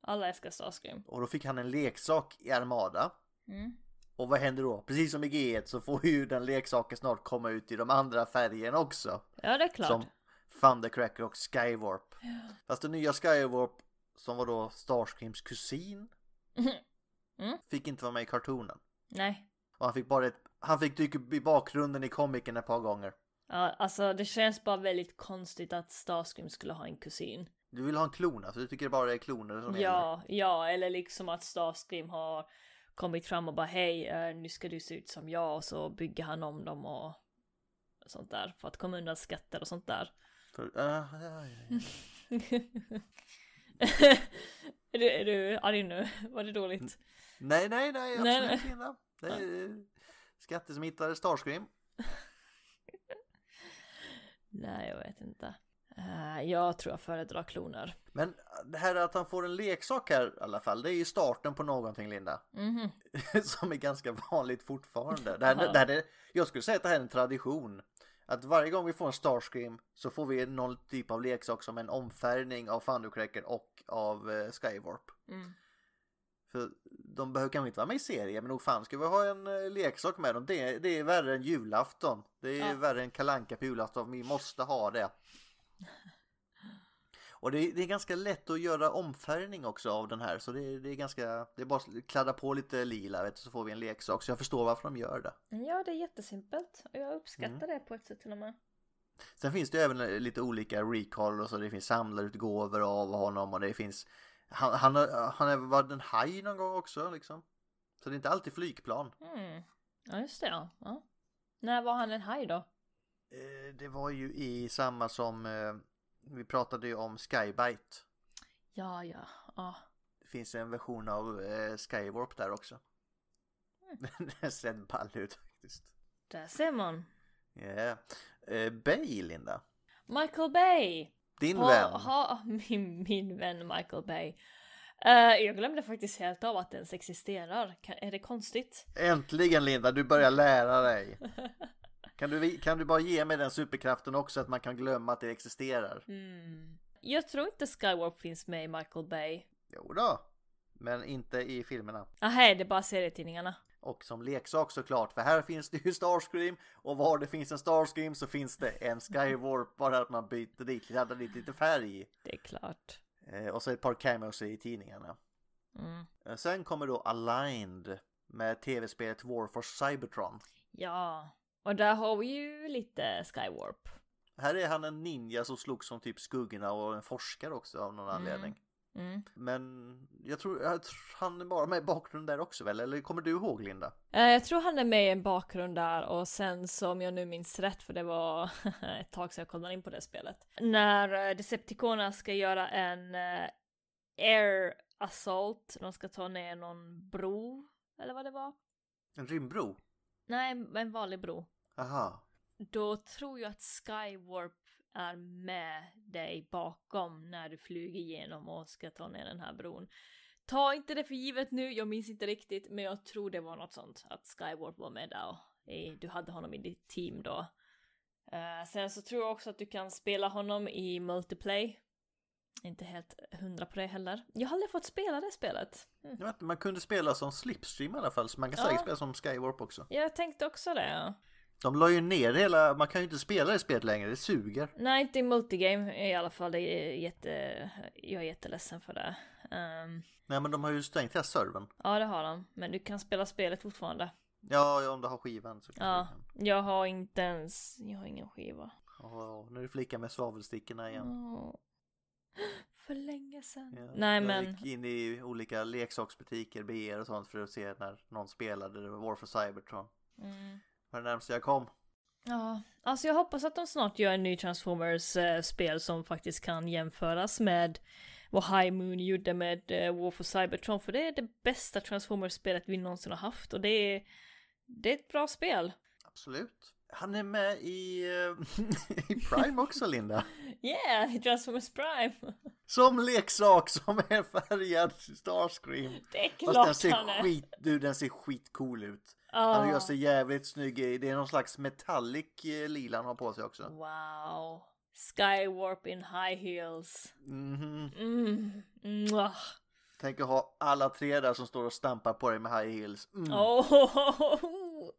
Alla älskar Starscream. Och då fick han en leksak i Armada. Mm. Och vad händer då? Precis som i G1 så får ju den leksaken snart komma ut i de andra färgerna också. Ja, det är klart. Som Thundercracker och Skywarp. Fast den nya Skywarp, som var då Starscreams kusin, Mm. fick inte vara med i kartonen. Nej. Och han fick bara ett... Han fick dyka upp i bakgrunden i komiken ett par gånger. Ja, alltså det känns bara väldigt konstigt att Starscream skulle ha en kusin. Du vill ha en klon alltså? Du tycker bara det är kloner som gäller? Ja, ja, eller liksom att Starscream har kommit fram och bara hej, eh, nu ska du se ut som jag och så bygger han om dem och sånt där för att komma undan skatter och sånt där. För, ah, ja, ja, ja. är, du, är du arg nu? Var det dåligt? nej, nej, nej, Nej, absolut inte. Linda. Det är eh, skattesmittare Starscream. Nej, jag vet inte. Eh, jag tror jag föredrar kloner. Men det här att han får en leksak här i alla fall, det är ju starten på någonting Linda. Mhm. som är ganska vanligt fortfarande. Det här, det här är, jag skulle säga att det här är en tradition. Att varje gång vi får en Starscream så får vi någon typ av leksak som en omfärgning av Thundercracker och av eh, Skywarp. Mm. För de behöver kanske inte vara med i serien men nog fan ska vi ha en eh, leksak med dem. Det, det är värre än julafton. Det är Ja. värre än kalanka på julafton. Vi måste ha det. Och det, det är ganska lätt att göra omfärgning också av den här så det, det är ganska, det är bara att kladda på lite lila vet du, så får vi en leksak så jag förstår varför de gör det. Ja, det är jättesimpelt och jag uppskattar det på ett sätt till och med. Sen finns det ju även lite olika recall och så det finns samlarutgåvor av honom och det finns, han, han, har- han har varit en haj någon gång också liksom. Så det är inte alltid flygplan. Mm. Ja, just det ja. ja. När var han en haj då? Eh, Det var ju i samma som eh, vi pratade ju om Skybite. Ja, ja, ja. Det finns en version av eh, Skywarp där också. Den ser ball ut faktiskt. Där ser man. Yeah. Eh, Bay, Linda. Michael Bay! Din Ha, vän. ha, min, min vän Michael Bay. Eh, jag glömde faktiskt helt av att den ens existerar. Kan, är det konstigt? Äntligen Linda, du börjar lära dig. Kan du, vi- kan du bara ge mig den superkraften också att man kan glömma att det existerar? Hmm. Jag tror inte Skywarp finns med i Michael Bay. Jo då. men inte i filmerna. Ahä, det är bara serietidningarna. Och som leksak såklart, för här finns det ju Starscream och var det finns en Starscream så finns det en Skywarp bara att man byter dit, laddar dit lite färg. Det är klart. Eh, och så ett par cameos i tidningarna. Mm. Eh, sen kommer då Aligned med tv-spelet War for Cybertron. Ja. Och där har vi ju lite Skywarp. Här är han en ninja som slogs som typ skuggorna och en forskare också av någon anledning. Mm. Men jag tror, jag tror han är bara med i bakgrunden där också väl? Eller kommer du ihåg Linda? Eh, Jag tror han är med i en bakgrund där och sen som jag nu minns rätt för det var ett tag sedan jag kollade in på det spelet. När eh, Decepticonerna ska göra en eh, air assault, de ska ta ner någon bro eller vad det var. En rymdbro? Nej, en vanlig bro. Aha. Då tror jag att Skywarp är med dig bakom när du flyger igenom och ska ta ner den här bron. Ta inte det för givet nu, jag minns inte riktigt, men jag tror det var något sånt att Skywarp var med där. och- i- Du hade honom i ditt team då. Eh, sen så tror jag också att du kan spela honom i multiplay. Inte helt hundra på det heller. Jag har aldrig fått spela det spelet. Mm. Jag vet, inte, man kunde spela som Slipstream i alla fall, så man kan Ja. säkert spela som Skywarp också. Jag tänkte också det. ja. De la ju ner hela, man kan ju inte spela det spelet längre, det suger. Nej, inte i multigame i alla fall. Det är jätte... Jag är jätteledsen för det. Ehm, Nej men de har ju stängt hela servern. ja, det har de. Men du kan spela spelet fortfarande. Ja, ja, om du har skivan så kan Ja, du. jag har inte ens... Jag har ingen skiva. Åh, nu är det flickan med svavelstickorna igen. Åh. För länge sedan. Ja, Nej jag men. gick in i olika leksaksbutiker, BR och sånt för att se när någon spelade det var War for Cybertron. Mm. Var det närmaste jag kom. Ja, alltså jag hoppas att de snart gör en ny Transformers-spel som faktiskt kan jämföras med vad High Moon gjorde med eh, War for Cybertron. För det är det bästa Transformers-spelet vi någonsin har haft och det är, det är ett bra spel. Absolut. Han är med i, eh, i Prime också Linda. Yeah, Transformers Prime! Som leksak som är färgad Starscream. Det är Fast den klart han ser, är! skit, alltså, du, den ser skitcool ut. Han gör Ah, sig jävligt snygg i, det är någon slags metallic eh, lila han har på sig också. Wow. Skywarp in high heels. Mhm. Mm. Mwah. Tänk att ha alla tre där som står och stampar på dig med high heels. Mm. Oh.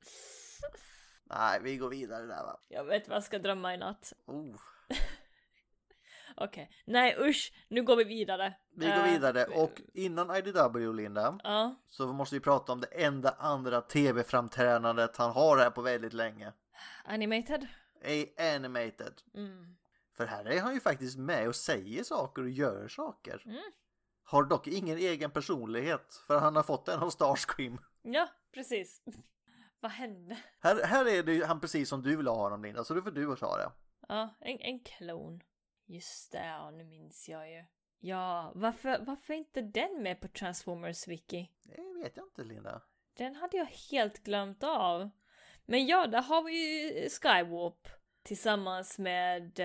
Nej, vi går vidare där va. Jag vet vad jag ska drömma i natt. Oh. Okej. Nej usch, nu går vi vidare. Vi går Eh, vidare och innan IDW Linda Ja. så måste vi prata om det enda andra tv-framträdandet han har här på väldigt länge. Animated. A animated. Mm. För här är han ju faktiskt med och säger saker och gör saker. Mm. Har dock ingen egen personlighet för han har fått den av Starscream. Ja, precis. vad hände? Här, här är det ju han precis som du vill ha honom Linda så då får du ta det. Ja, en, en klon. Just det, ja, nu minns jag ju. Ja, varför, varför är inte den med på Transformers Wiki? Det vet jag inte Linda. Den hade jag helt glömt av. Men ja, där har vi ju Skywarp tillsammans med...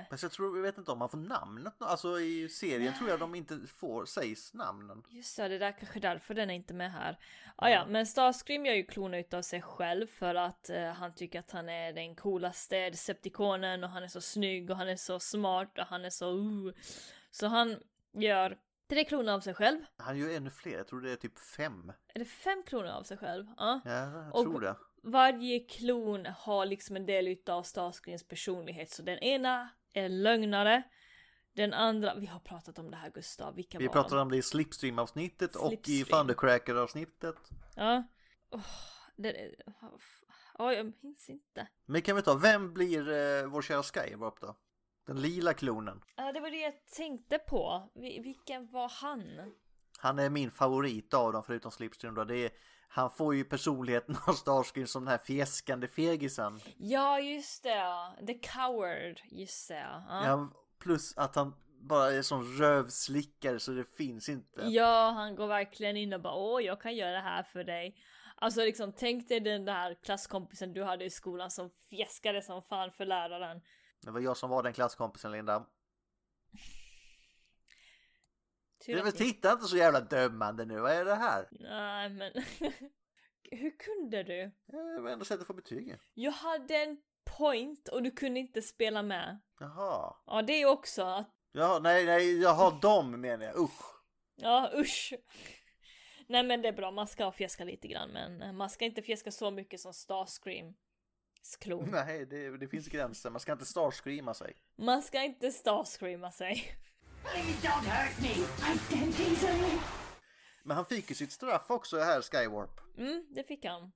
eh, Fast jag tror, jag vet inte om han får namnet. Alltså i serien tror jag de inte får, sägs namnen. Just det, det där kanske är därför den är inte med här. Ah, ja, men Starscream gör ju klon utav sig själv för att eh, han tycker att han är den coolaste Decepticonen och han är så snygg och han är så smart och han är så... Uh. Så han gör tre kloner av sig själv. Han gör ännu fler, jag tror det är typ fem. Är det fem kloner av sig själv? Ja. Ja, jag Och- tror det. Varje klon har liksom en del utav Starscreams personlighet så den ena är lögnare. Den andra, vi har pratat om det här Gustav, vilka Vi var de? pratade om det i Slipstream-avsnittet och i Slipstream. Thundercracker-avsnittet. Ja. Åh, det... Ja, jag minns inte. Men kan vi ta, vem blir eh, vår kära Skywarp då? Den lila klonen. Ja, det var det jag tänkte på. Vi- Vilken var han? Han är min favorit av dem förutom Slipstream då. Det är, han får ju personligheten av Starscream som den här fjäskande fegisen. Ja, just det. ja. The Coward. Just det. Ja, ja. Ja, plus att han bara är sån rövslickare så det finns inte. ja han går verkligen in och bara åh, jag kan göra det här för dig. Alltså liksom, tänk dig den där klasskompisen du hade i skolan som fjäskade som fan för läraren. Det var jag som var den klasskompisen Linda. Tur Det är att väl ni- titta inte så jävla dömande nu, vad är det här? Nej, men... Hur kunde du? Det var enda sättet att få betyg. Jag hade en point och du kunde inte spela med. Jaha. Ja, det är också att Ja, nej, nej, jag har dem menar jag. Usch. Ja, usch. Nej men det är bra, man ska fjäska lite grann men eh, man ska inte fjäska så mycket som Starscreams klon. Nej, det, det finns gränser. Man ska inte starscreama sig. Man ska inte Starscreama sig. Please don't hurt me. I can't Men han fick ju sitt straff också här, Skywarp. Mm, det fick han.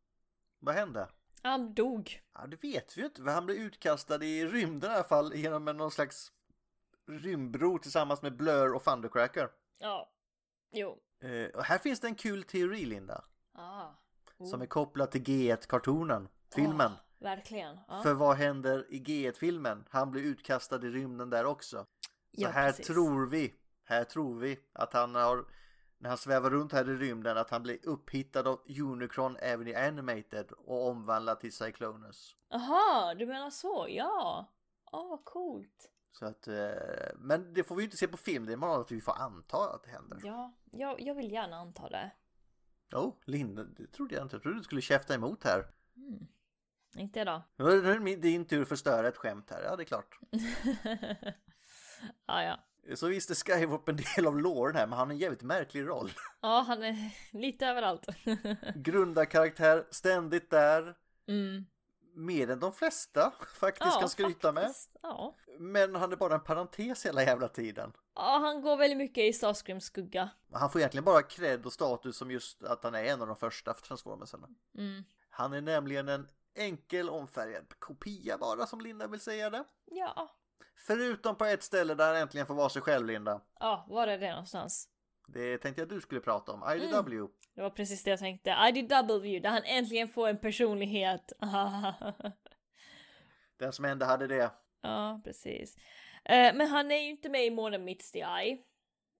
Vad hände? Han dog. Ja, det vet vi ju inte. men Han blev utkastad i rymden i alla fall genom en- någon slags rymdbro tillsammans med Blur och Thundercracker. Ja. Jo. Eh, och här finns det en kul teori, Linda, Ah. som är kopplad till G1-kartonen, filmen. Ah, verkligen. Ja. För vad händer i G1-filmen? Han blir utkastad i rymden där också. Så Ja, här precis. tror vi, här tror vi att han har, när han svävar runt här i rymden, att han blir upphittad av Unicron även i Animated och omvandlad till Cyclonus. Aha, du menar så, ja. Ah, vad coolt. Så att, eh, men det får vi ju inte se på film, det är bara att vi får anta att det händer. Jo, Ja, jag, jag vill gärna anta det. Linda, det trodde jag inte. Jag trodde du skulle käfta emot här. Inte idag. Nu är det min- din tur att förstöra ett skämt här, ja det är klart. ah, ja. Så visst är Skywarp en del av låren här, men han har en jävligt märklig roll. Ja, han är lite överallt. Grundarkaraktär, ständigt där. mm. Mer än de flesta faktiskt kan skryta med. faktiskt. Ja. Men han är bara en parentes hela jävla tiden. ja, han går väldigt mycket i Starscreams skugga. Han får egentligen bara cred och status som just att han är en av de första transformerserna. Mm. Han är nämligen en Enkel omfärgad kopia bara som Linda vill säga det. Ja. Förutom på ett ställe där han äntligen får vara sig själv Linda. Ja, var är det någonstans? Det tänkte jag du skulle prata om, IDW. Det var precis det jag tänkte. IDW, där han äntligen får en personlighet. Den som ändå hade det. ja, precis. Eh, men han är ju inte med i Modern Meets the Eye,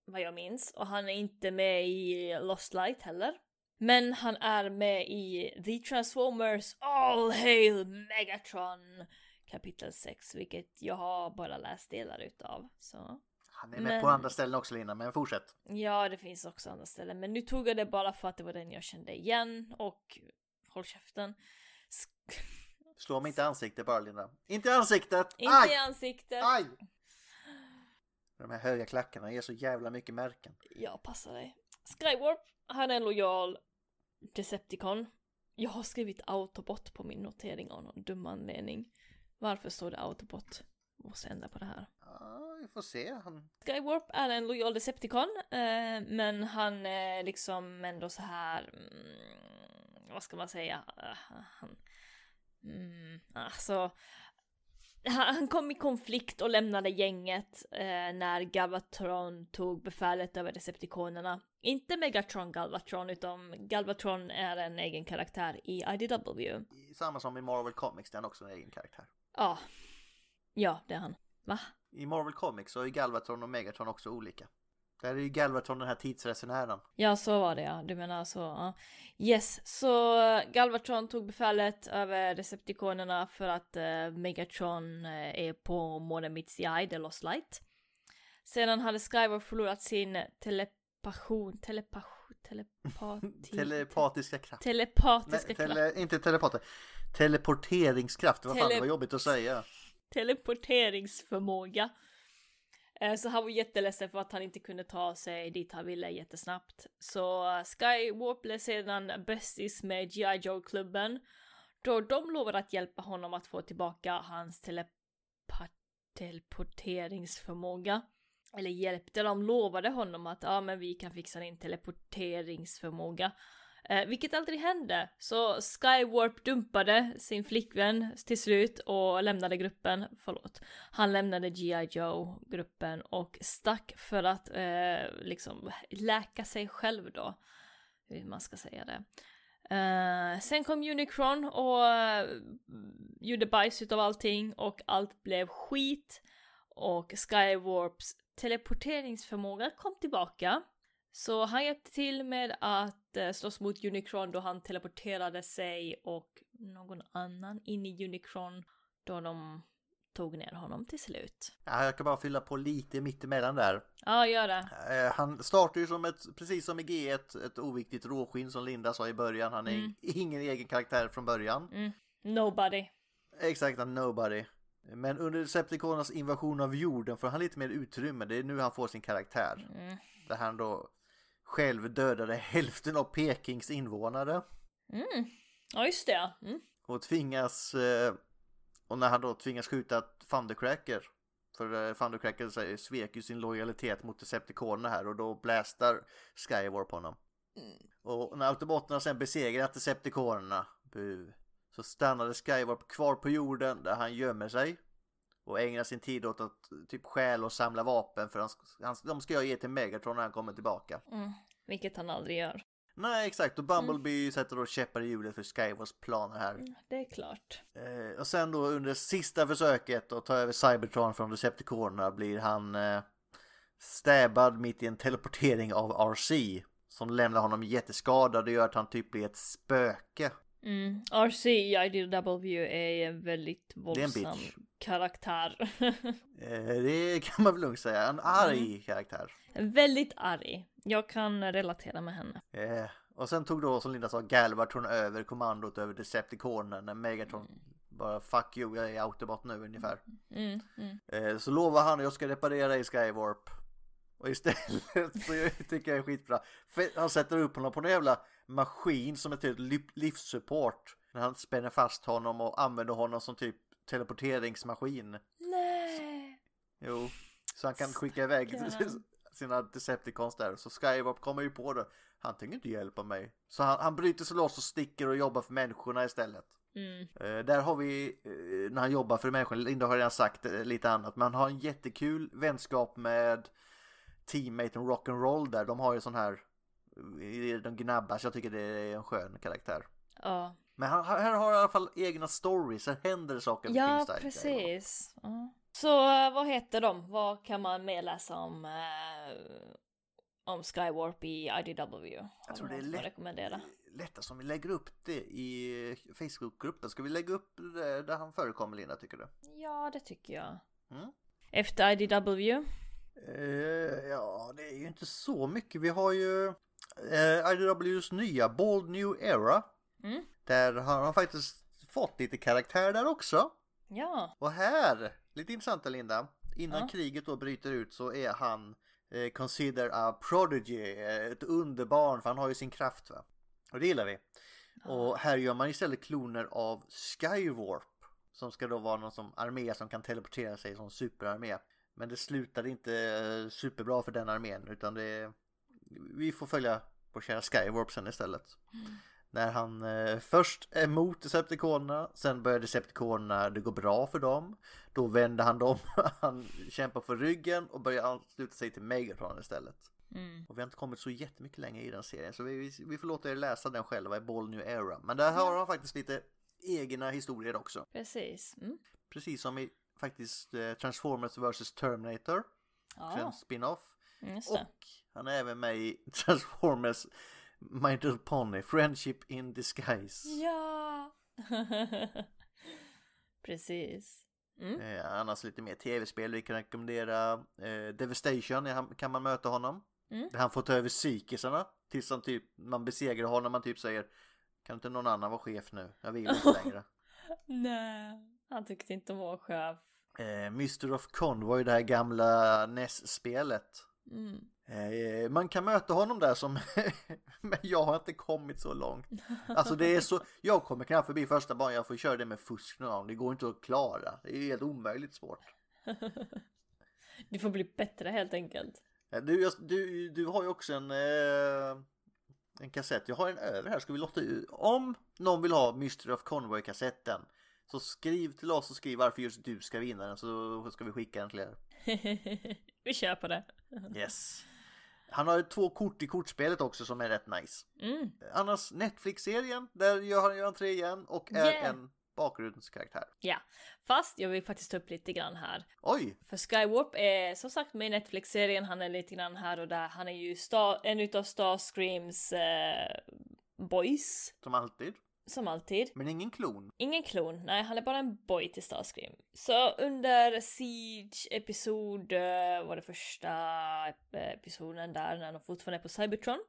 vad jag minns. Och han är inte med i Lost Light heller. Men han är med i The Transformers All Hail Megatron kapitel 6, vilket jag har bara läst delar utav. Så. Han är med Men- på andra ställen också Linda, men fortsätt. Ja, det finns också andra ställen, men nu tog jag det bara för att det var den jag kände igen och håll käften. Sk- Slå mig inte i ansiktet bara Linda. Inte i ansiktet! inte Aj! i ansiktet. Aj! De här höga klackarna ger så jävla mycket märken. Ja, passa dig. Skywarp, han är en lojal Decepticon. Jag har skrivit Autobot på min notering av någon dum anledning. Varför står det Autobot? Måste ändra på det här. Ja, vi får se. Han... Skywarp är en lojal Decepticon, eh, men han är liksom ändå så här... Mm, vad ska man säga? Eh, Han, mm, alltså, han han kom i konflikt och lämnade gänget eh, när Galvatron tog befälet över Decepticonerna. Inte Megatron Galvatron, utan Galvatron är en egen karaktär i IDW. Samma som i Marvel Comics, den har också en egen karaktär. Ja. Ja, det är han. Va? I Marvel Comics så är Galvatron och Megatron också olika. Där är ju Galvatron den här tidsresenären. Ja, så var det ja. Du menar så, ja. Yes, så eh, Galvatron tog befälet över Decepticonerna för att eh, Megatron eh, är på Modern Meets the Eye, The Lost Light. Sedan hade Skywarp förlorat sin telepation, telepation, telepati... Telepatiska kraft. telepatiska Nej, kraft. tele... inte telepater. Teleporteringskraft. Vad fan, Tele- det var jobbigt att säga. Teleporteringsförmåga. Eh, Så han var jätteledsen för att han inte kunde ta sig dit han ville jättesnabbt. Så eh, Skywarp blev sedan bästis med G.I. Joe-klubben. Då de lovade att hjälpa honom att få tillbaka hans telepa- teleporteringsförmåga. Eller hjälpte, de lovade honom att ja men vi kan fixa din teleporteringsförmåga. Eh, vilket aldrig hände. Så Skywarp dumpade sin flickvän till slut och lämnade gruppen. Förlåt. Han lämnade G.I. Joe-gruppen och stack för att eh, liksom läka sig själv då. Hur man ska säga det. Eh, sen kom Unicron och eh, gjorde bajs utav allting och allt blev skit. Och Skywarps teleporteringsförmåga kom tillbaka. Så han hjälpte till med att eh, slåss mot Unicron då han teleporterade sig och någon annan in i Unicron då de tog ner honom till slut. Ja, jag kan bara fylla på lite mittemellan där. Ja, gör det. Eh, Han startar ju som ett, precis som i G1, ett oviktigt råskinn som Linda sa i början. Han är Mm. ingen egen karaktär från början. Nobody. Exakt, han nobody. Men under Decepticonernas invasion av jorden får han lite mer utrymme. Det är nu han får sin karaktär. Mm. Där han då själv dödade hälften av Pekings invånare. Mm. Ja, just det. ja. Mm. Och tvingas... eh, Och när han då tvingas skjuta Thundercracker. För eh, Thundercracker säger- svek ju sin lojalitet mot Decepticonerna här och då blästar Skywarp honom. Och när Autobotarna sen besegrat Decepticonerna, bu, så stannade Skywarp kvar på jorden där han gömmer sig. Och ägnar sin tid åt att eh, typ stjäla och samla vapen för han, han, de ska jag ge till Megatron när han kommer tillbaka. Vilket han aldrig gör. Nej exakt, och Bumblebee sätter då käppar i hjulet för Skywarps planer här. Det är klart. Eh, och sen då under sista försöket att ta över Cybertron från Decepticonerna blir han eh, stäbbad mitt i en teleportering av RC. Som lämnar honom jätteskadad och gör att han typ blir ett spöke. Mm. RC i IDW är en väldigt våldsam bitch. karaktär. Eh, det kan man väl lugnt säga. En arg karaktär. väldigt arg. Jag kan relatera med henne. Eh, och sen tog då som Linda sa Galvatron över kommandot över Decepticonerna när Megatron bara fuck you, jag är Autobot nu ungefär. Mm. Mm. Eh, Så lovar han att jag ska reparera i Skywarp. Och istället så jag tycker jag är skitbra. För han sätter upp honom på en jävla maskin som är typ li- livssupport. När han spänner fast honom och använder honom som typ teleporteringsmaskin. Nej. Jo. Så han kan skicka iväg Stackarn. sina Decepticons där. Så Skywarp kommer ju på det. Han tänker inte hjälpa mig. Så han, han bryter sig loss och sticker och jobbar för människorna istället. Mm, Eh, Där har vi, eh, när han jobbar för människan, Linda har redan sagt eh, lite annat, men han har en jättekul vänskap med teammaten Rock'n'Roll där. De har ju sån här, eh, de gnabbas, jag tycker det är en skön karaktär. Ja, Men han, här har han i alla fall egna stories, här händer saker med ja Kingstark. precis. Ja. Så eh, vad heter de? Vad kan man mer läsa om, eh, om Skywarp i IDW? Har tror du det är något lätt- att rekommendera. Lättast om vi lägger upp det i Facebookgruppen. Ska vi lägga upp det där han förekommer Linda, tycker du? Ja, det tycker jag. Mm. Efter IDW? Eh, ja, det är ju inte så mycket. Vi har ju eh, IDWs nya Bold New Era. Mm. Där har han faktiskt fått lite karaktär där också. Ja. Och här, lite intressant där, Linda. Innan Ja. kriget då bryter ut så är han eh, consider a prodigy, eh, ett underbarn för han har ju sin kraft va. Och det gillar vi. Och här gör man istället kloner av Skywarp. Som ska då vara någon som armé som kan teleportera sig som superarmé. Men det slutade inte eh, superbra för den armén utan det... Vi får följa vår kära Skywarp sen istället. När han eh, först är emot Decepticonerna, sen börjar Decepticonerna, det går bra för dem. Då vänder han dem, han kämpar för ryggen och börjar ansluta sig till Megatron istället. Och vi har inte kommit så jättemycket längre i den serien så vi, vi, vi får låta er läsa den själva i Ball New Era. Men där har han faktiskt lite egna historier också. Precis. Mm. Precis som i faktiskt eh, Transformers vs Terminator, också en Ja, spin-off. just det. Och han är även med i Transformers My Little Pony, Friendship in Disguise. Ja! Precis. Eh, annars lite mer tv-spel vi kan rekommendera. Eh, Devastation är han, kan man möta honom. Mm. Där han får ta över psykisarna. Tills han typ, man besegrar honom. Man typ säger kan inte någon annan vara chef nu? Jag vill inte längre. Nej, han tyckte inte om att vara chef. Eh, Mr of Convoy, det här gamla NES-spelet. Mm. Eh, man kan möta honom där som... men jag har inte kommit så långt. Alltså det är så... Jag kommer knappt förbi första banan. Jag får köra det med fusk någon gång. Det går inte att klara. Det är helt omöjligt svårt. Du får bli bättre helt enkelt. Ja, Eh, Du, jag- du, du har ju också en, eh, en kassett. Jag har en över här. Ska vi låta ut? Om någon vill ha Mystery of Convoy-kassetten så skriv till oss och skriv varför just du ska vinna den så ska vi skicka den till er. Vi kör på det. Yes. Han har ju två kort i kortspelet också som är rätt nice. Eh, Mm. Annars Netflix-serien, där gör han ju entré igen och är Yeah. en bakgrundskaraktär. Ja, fast jag vill faktiskt ta upp lite grann här. Oj! För Skywarp är som sagt med i Netflix-serien, han är lite grann här och där. Han är ju Star- en utav Starscreams eh, boys, Som alltid. som alltid. Men ingen klon. Ingen klon, nej han är bara en boy till Starscream. Så under Siege episod, eh, var det första eh, episoden där när de fortfarande är på Cybertron.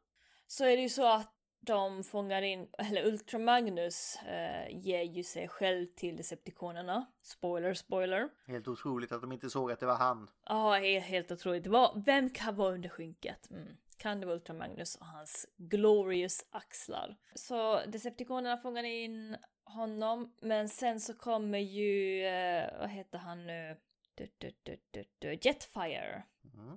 Så är det ju så att de fångar in, eller Ultramagnus eh, ger ju sig själv till Decepticonerna. Spoiler, spoiler. Helt otroligt att de inte såg att det var han. Ja, det är helt otroligt. Vad- Vem kan vara under skynket? Mm. Kan det vara Ultramagnus och hans glorious axlar? Så Decepticonerna fångar in honom, men sen så kommer ju, eh, vad heter han nu? Du, du, du, du, du. Jetfire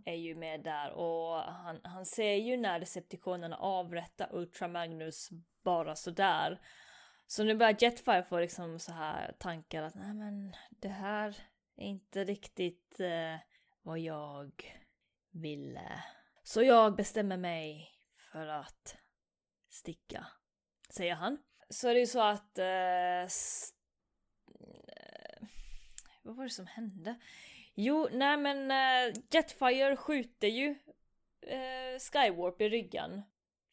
är ju med där och han, han ser ju när Decepticonerna avrättar Ultramagnus bara sådär. Så nu börjar Jetfire få liksom så här tankar att nej men det här är inte riktigt eh, vad jag ville. Så jag bestämmer mig för att sticka, säger han. Så är det ju så att... Eh, s- eh, vad var det som hände? Jo, nej men eh, Jetfire skjuter ju eh, Skywarp i ryggen.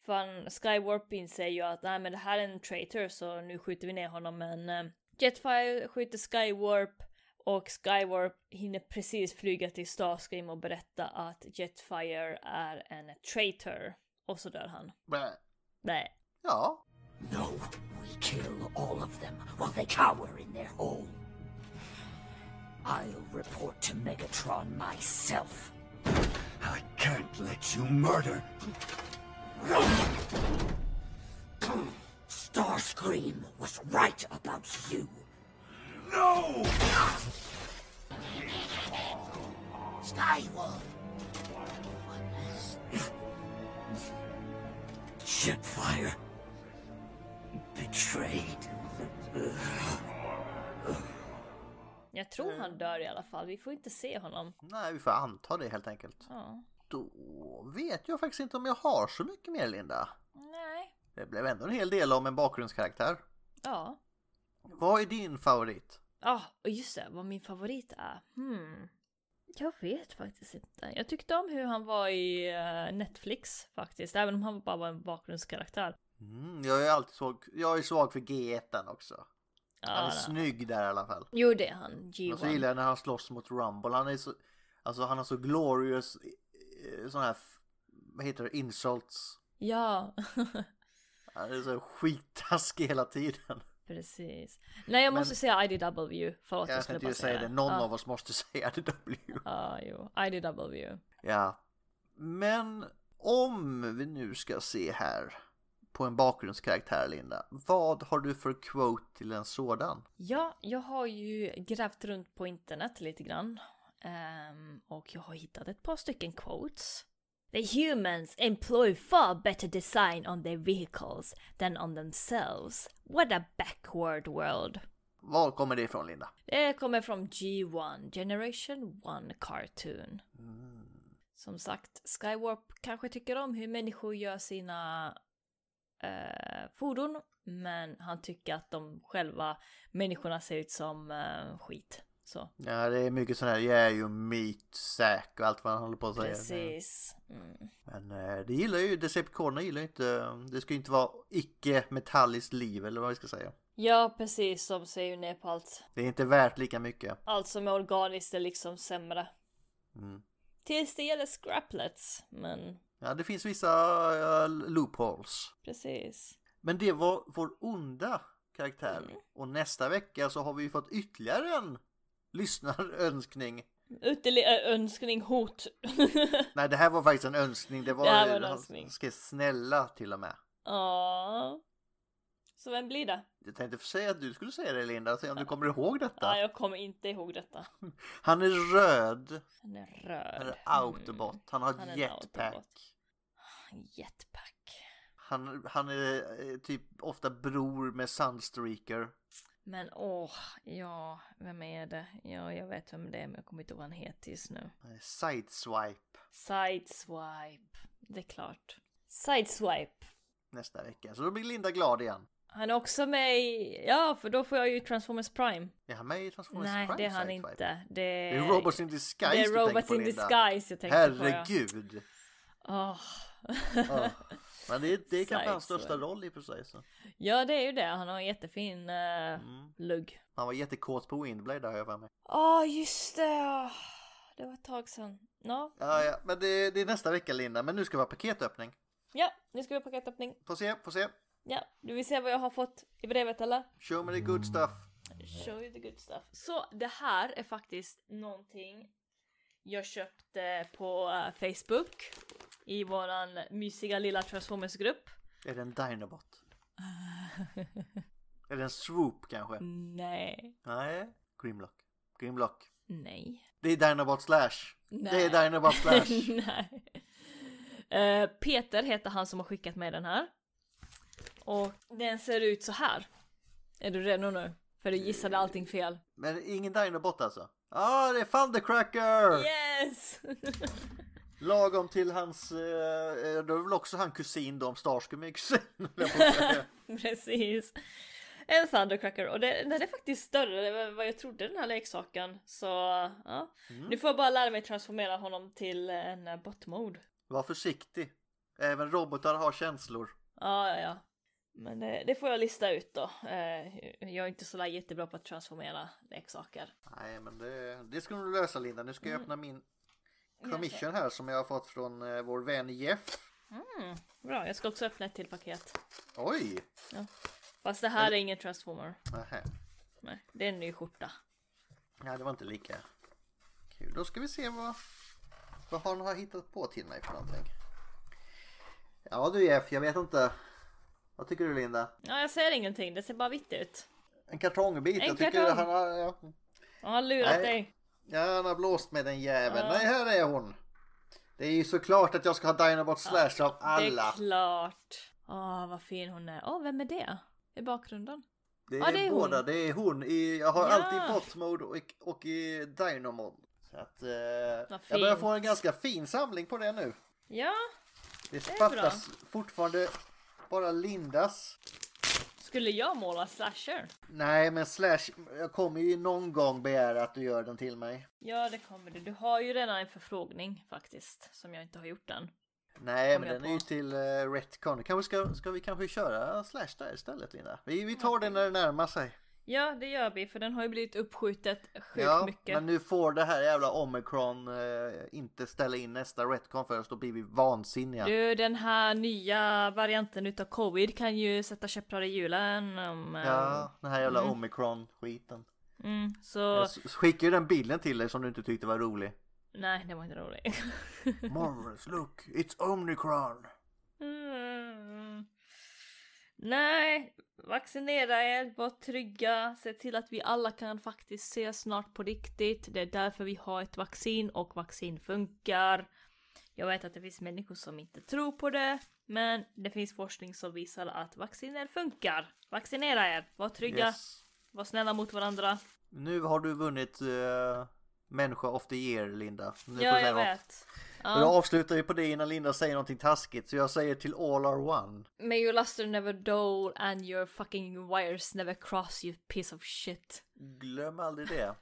För han- Skywarp inser ju att nej men det här är en traitor så nu skjuter vi ner honom men eh, Jetfire skjuter Skywarp och Skywarp hinner precis flyga till Starscream och berätta att Jetfire är en traitor. Och så dör han. Blä. Nej. Ja, No, we kill all of them while they cower in their hole. I'll report to Megatron myself. I can't let you murder. Starscream was right about you. No! Skyward! Jetfire betrayed. Jag tror han dör i alla fall, vi får inte se honom. Nej, vi får anta det helt enkelt. Ja. Då vet jag faktiskt inte om jag har så mycket mer Linda. Nej. Det blev ändå en hel del om en bakgrundskaraktär. Ja. Vad är din favorit? Ja, och just det, vad min favorit är. Hmm. Jag vet faktiskt inte. Jag tyckte om hur han var i eh, Netflix faktiskt, även om han bara var en bakgrundskaraktär. Mm, jag är alltid svag, jag är svag för G1 också. Han är Ja, då. snygg där i alla fall. jo, det är han. Och så G1. gillar jag när han slåss mot Rumble. Han är så, alltså han har så glorious eh, sån här, f- vad heter det, insults. Ja, Han är så skittaskig hela tiden. precis. Nej, jag måste säga IDW. Förlåt, jag Jag skulle tänkte bara ju säga det, någon ja. av oss måste säga det W. Ja, jo. IDW. Ja. Men om vi nu ska se här på en bakgrundskaraktär Linda. Vad har du för quote till en sådan? Ja, jag har ju grävt runt på internet lite grann. Ehm, och jag har hittat ett par stycken quotes. The humans employ far better design on their vehicles than on themselves. What a backward world. Var kommer det ifrån Linda? Det kommer från G1, Generation 1 Cartoon. Som sagt, Skywarp kanske tycker om hur människor gör sina eh, fordon, men han tycker att de själva människorna ser ut som eh, skit. Så, Ja, det är mycket sån här yeah you meat sack och allt vad han håller på att säga. precis. Mm. Men eh, det gillar ju Decepticonerna gillar ju inte. Det ska ju inte vara icke metalliskt liv eller vad vi ska säga. Ja, precis. De ser ju ner på allt. Det är inte värt lika mycket. Allt som är organiskt är liksom sämre. Tills det gäller scraplets, men Ja, det finns vissa eh, loopholes. precis. Men det var vår onda karaktär. Mm. Och nästa vecka så har vi ju fått ytterligare en lyssnarönskning. Ytterligare eh, önskning, hot. Nej, det här var faktiskt en önskning. Det var, Det här var en önskning. Han skrev snälla till och med. Ja. Så vem blir det? Jag tänkte säga att du skulle säga det Linda, se om du kommer ihåg detta. Nej, jag kommer inte ihåg detta. Han är röd. Han är Han röd. är autobot. Han har Mm. Han är en autobot. jetpack. Jetpack. Han, han är eh, typ ofta bror med Sunstreaker. Men åh, ja, vem är det? Ja, jag vet vem det är, men jag kommer inte ihåg vad han heter just nu. Han är Sideswipe Sideswipe. Det är klart. Sideswipe. nästa vecka. Så då blir Linda glad igen. Han är också med i... Ja, för då får jag ju Transformers Prime. Är han med i Transformers Nej, Prime? det är han Sideswipe? inte. Det är... Det är Robots in Disguise Det är du tänker Robots på, in Linda. Disguise jag tänkte på. ja. Herregud! Åh. Ja. Men det, det är kanske hans Sideswipe. största roll i och för sig. Så. Ja, det är ju det. Han har en jättefin eh, lugg. Han var jättekåt på Windblade där har jag för mig. Ja, just det. Det var ett tag sedan. Ja, Ja, ja. Men det, det är nästa vecka Linda, men nu ska vi ha paketöppning. ja, nu ska vi ha paketöppning. Får se, får se. Ja, du vill se vad jag har fått i brevet eller? Show me the good stuff. Show you the good stuff. Så det här är faktiskt någonting jag köpte på eh, Facebook i våran mysiga lilla Transformers-grupp. Är det en Dinobot? är det en Swoop kanske? Mm. Nej, Nej. Grimlock. Grimlock. nej, Det är Dinobot Slash. Det Nej. är Dinobot Slash. Nej. Eh, Peter heter han som har skickat mig den här. Och den ser ut så här. Är du redo nu? För du gissade allting fel. Men ingen Dinobot alltså? Ja, ah, det är Thundercracker! Yes! Lagom till hans, eh, eh, då är väl också han kusin då om Starscream är kusin. höll jag på att säga. Precis. En Thundercracker och det, den är faktiskt större än vad jag trodde den här leksaken. Så ja. Nu får jag bara lära mig transformera honom till en eh, bot-mode. Var försiktig. Även robotar har känslor. Ja, ja, ja. Men eh, det, det får jag lista ut då. Eh, jag är inte så där jättebra på att transformera leksaker. Nej men det, det ska du lösa Linda. Nu Mm. ska jag öppna min commission här som jag har fått från eh, vår vän Jeff. Bra, jag ska också öppna ett till paket. Oj! Fast det här är ingen transformer. Nähä. Nej, det är en ny skjorta. Nej det var inte lika kul. Då ska vi se vad, vad han har hittat på till mig för någonting. Ja du Jeff, jag vet inte. Vad tycker du Linda? Ja, jag säger ingenting. Det ser bara vitt ut. En kartongbit. En jag tycker kartong. han har... ja. Jag har lurat Nej. dig. Ja, han har blåst med den jäveln. Nej, här är hon. Det är ju såklart att jag ska ha Dinobot Slash av Det är alla. klart. Åh, vad fin hon är. Åh, vem är det? I bakgrunden. Det är, Ja, det är hon. båda, det är hon. I, jag har Ja. alltid i bot mode och, i- och i dino mode. Så att, eh, jag börjar fint. få en ganska fin samling på det nu. Ja, Det är fattas fortfarande bara Lindas. skulle jag måla slasher? Nej men slash, jag kommer ju någon gång begära att du gör den till mig. Ja, det kommer du. Du har ju redan en förfrågning faktiskt, som jag inte har gjort än. Nej Kommer men jag den är ju på. till uh, Retcon. Kanske ska, ska vi kanske köra slash där istället Linda? Vi, vi tar det när det närmar sig. Ja, det gör vi, för den har ju blivit uppskjutet sjukt Ja, mycket. men nu får det här jävla omikron eh, inte ställa in nästa retcon för oss, då blir vi vansinniga. Du, den här nya varianten utav covid kan ju sätta käppar i hjulen. Om, eh, Ja, den här jävla omikron-skiten. mm, så Jag s- skickade ju den bilden till dig som du inte tyckte var rolig. nej, det var inte roligt. Morris, look, it's omikron! mm. Nej, vaccinera er, var trygga, se till att vi alla kan faktiskt ses snart på riktigt. Det är därför vi har ett vaccin och vaccin funkar. Jag vet att det finns människor som inte tror på det, men det finns forskning som visar att vacciner funkar. Vaccinera er, var trygga. Yes. Var snälla mot varandra. Nu har du vunnit eh, människa of the year, Linda. Nu får Ja, du jag lära av- vet. Och Jag Ja. avslutar ju på det innan Linda säger någonting taskigt, så jag säger till all are one. May your luster never dull and your fucking wires never cross you piece of shit. Glöm aldrig det.